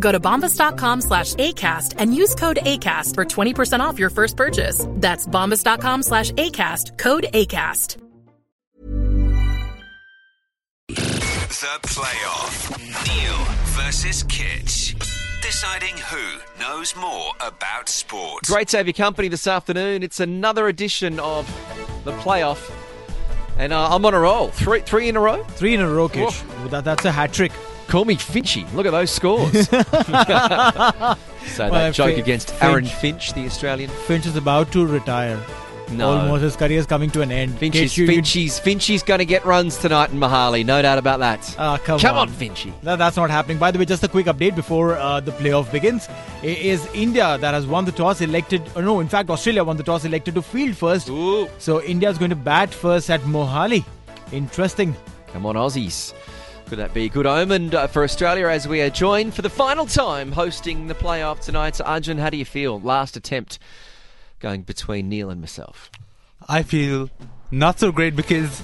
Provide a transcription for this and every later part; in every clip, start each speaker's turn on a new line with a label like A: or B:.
A: Go to bombas.com slash ACAST and use code ACAST for 20% off your first purchase. That's bombas.com slash ACAST, code ACAST.
B: The playoff. Neil versus Kitch. Deciding who knows more about sports.
C: Great to have your company this afternoon. It's another edition of the playoff, and uh, I'm on a roll. Three, three in a row.
D: Three in a row, Kish.
C: Woof.
D: Well, that- that's a hat trick.
C: Call me Finchy. Look at those scores. so
D: Well,
C: that joke
D: Fin-
C: against
D: Finch.
C: Aaron Finch, the Australian.
D: Finch is about to retire.
C: No.
D: Almost his career is coming to an end.
C: Finch's,
D: Kish, you- you-
C: Finch's, Finch's going to get runs tonight in Mahali, no doubt about that.
D: Ah, come
C: Come on,
D: on.
C: Finchy.
D: No, that's not happening. By the way, just a quick update before uh, the playoff begins. It is India that has won the toss, elected. Oh, no, in fact, Australia won the toss, elected to field first.
C: Ooh.
D: So India is going to bat first at Mohali. Interesting.
C: Come on, Aussies. Could that be a good omen uh, for Australia as we are joined for the final time hosting the playoff tonight? So, Arjun, how do you feel? Last attempt going between Neil and myself.
E: I feel not so great because,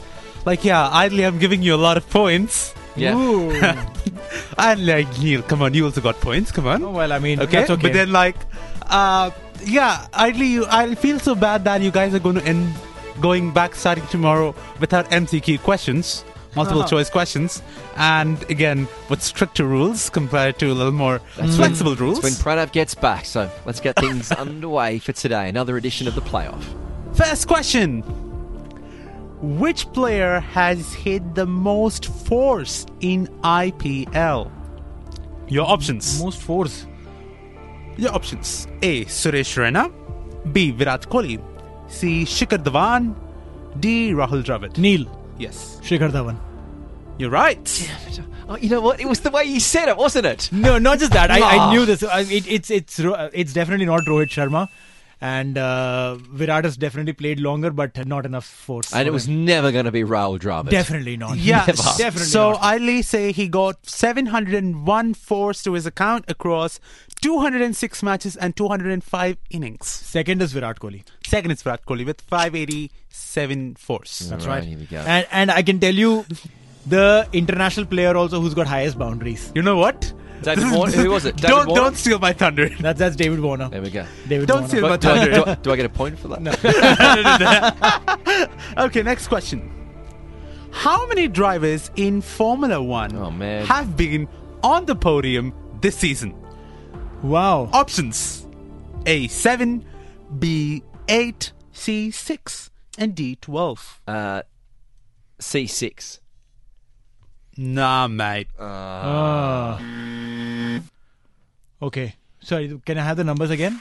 E: like, yeah, idly I'm giving you a lot of points.
C: Yeah.
D: Ooh.
E: And, like, Neil, come on, you also got points, come on.
D: Oh, well, I mean,
E: okay?
D: that's okay.
E: But then, like, uh, yeah, idly you, I feel so bad that you guys are going to end going back starting tomorrow without MCQ questions, multiple
D: Uh-huh.
E: choice questions, and again, with stricter rules compared to a little more flexible rules.
C: It's when Pranav gets back, so let's get things underway for today. Another edition of the playoff.
E: First question. Which player has hit the most force in IPL? Your options.
D: most force.
E: Your options. A. Suresh Raina. B. Virat Kohli. C. Shikhar Dhawan. D. Rahul Dravid.
D: Neil,
E: Yes.
D: Shikhar Dhawan.
E: You're right.
C: Oh, you know what? It was the way you said it, wasn't it?
D: No, not just that. I, I
C: Ah.
D: knew this. I, it, it's it's Ro- uh, it's definitely not Rohit Sharma, and uh, Virat has definitely played longer, but not enough force.
C: And it was never going to be Raul Dravid.
D: definitely not.
E: Yeah,
C: Never.
E: s-
D: Definitely
E: So
D: not.
E: I'll say he got 701 force to his account across 206 matches and 205 innings.
D: Second is Virat Kohli.
E: Second is Virat Kohli with 587 force.
D: That's
C: All right,
D: right.
C: here we go.
D: And and I can tell you, the international player also who's got highest boundaries.
E: You know what?
C: David Warner. Who was it? David
E: don't
C: Warner?
E: don't steal my thunder.
D: That's that's David Warner.
C: There we go.
D: David
E: Don't
D: Warner.
E: steal my
C: Do I, do
E: thunder.
C: I- do I get a point for that? No.
E: okay, next question. How many drivers in Formula One
C: Oh, man.
E: have been on the podium this season?
D: Wow.
E: Options A7, B8, C6, and D12.
C: Uh, C6.
E: Nah, mate.
D: Okay. Sorry, can I have the numbers again?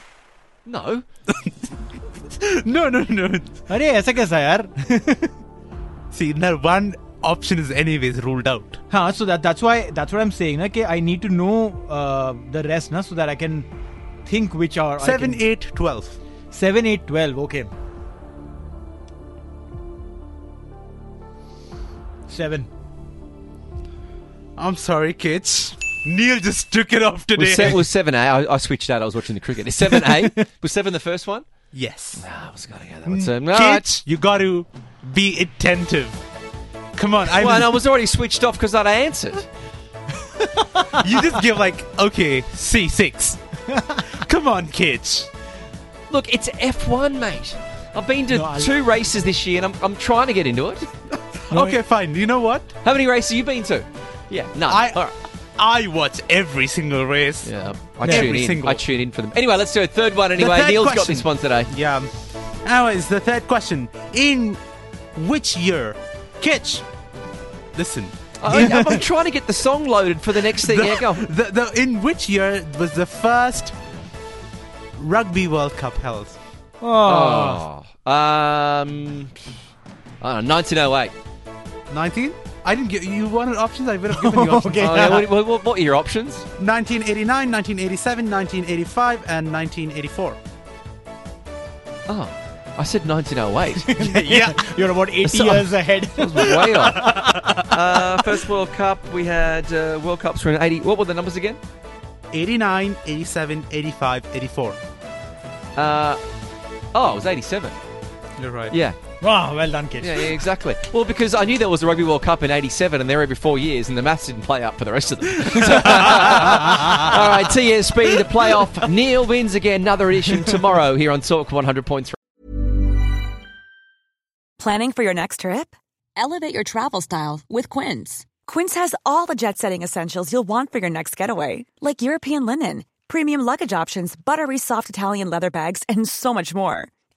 C: No.
E: No, no, no.
D: अरे ऐसा कैसा यार
E: See, now one option is, anyways, ruled out.
D: हाँ so that that's why that's what I'm saying ना कि I need to know uh, the rest ना so that I can think which are I
E: Seven,
D: can-
E: eight, twelve.
D: seven eight twelve okay seven
E: I'm sorry, kids. Neil just took it off today.
C: Was, se- was 7A. I, I switched out. I was watching the cricket. It's 7A. was 7 the first one?
E: yes.
C: Ah, I was going to go that one. So, all
E: Kids,
C: right.
E: you got to Be attentive. Come on, I
C: well, and I was already switched off because I'd answered.
E: you just give like okay C six. Come on, kids.
C: Look, it's F1, mate. I've been to
D: No, I-
C: two races this year, and I'm, I'm trying to get into it.
E: okay, fine. You know what?
C: How many races have you been to? Yeah, none.
E: I
C: All right.
E: I watch every single race.
C: Yeah, I
E: Every
C: tune in.
E: single-
C: I tune in for them. Anyway, let's do a third one. Anyway,
E: third
C: Neil's got
E: question.
C: this one today.
E: Yeah. Anyways, the third question. In which year? Kitch. Listen.
C: I, Oh, I'm, I'm trying to get the song loaded for the next thing. yeah, go. on.
E: The, the, in which year was the first Rugby World Cup held?
C: Oh, um, I don't know, 1908.
E: 19? I didn't give you wanted options. I would have given you options.
D: Okay.
C: Oh, yeah, what, what- what, what are your options?
E: 1989, 1987, 1985, and 1984.
C: Oh, I said 1908.
D: yeah, you're about 80
C: So-
D: years ahead.
C: That was way off. Uh, first World Cup, we had uh, World Cups were in 80. What were the numbers again?
E: 89, 87, 85, 84.
C: Uh, oh, it was 87.
E: You're right.
C: Yeah.
D: wow, well done, kid.
C: Yeah, yeah, exactly. Well, because I knew there was the Rugby World Cup in '87, and they're every four years, and the maths didn't play up for the rest of them. So- all right, TSB, the playoff. Neil wins again, another edition tomorrow here on Talk 100.3.
F: Planning for your next trip? Elevate your travel style with Quince. Quince has all the jet setting essentials you'll want for your next getaway, like European linen, premium luggage options, buttery soft Italian leather bags, and so much more.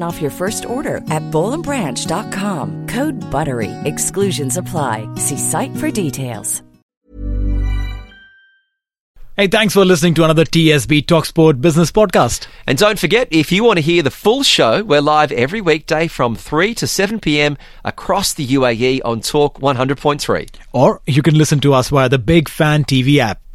G: off your first order at bowlandbranch.com. Code BUTTERY. Exclusions apply. See site for details.
D: Hey, thanks for listening to another TSB TalkSport Business Podcast.
C: And don't forget, if you want to hear the full show, we're live every weekday from 3 to 7 p.m. across the UAE E on Talk 100.3.
D: Or you can listen to us via the Big Fan TV app.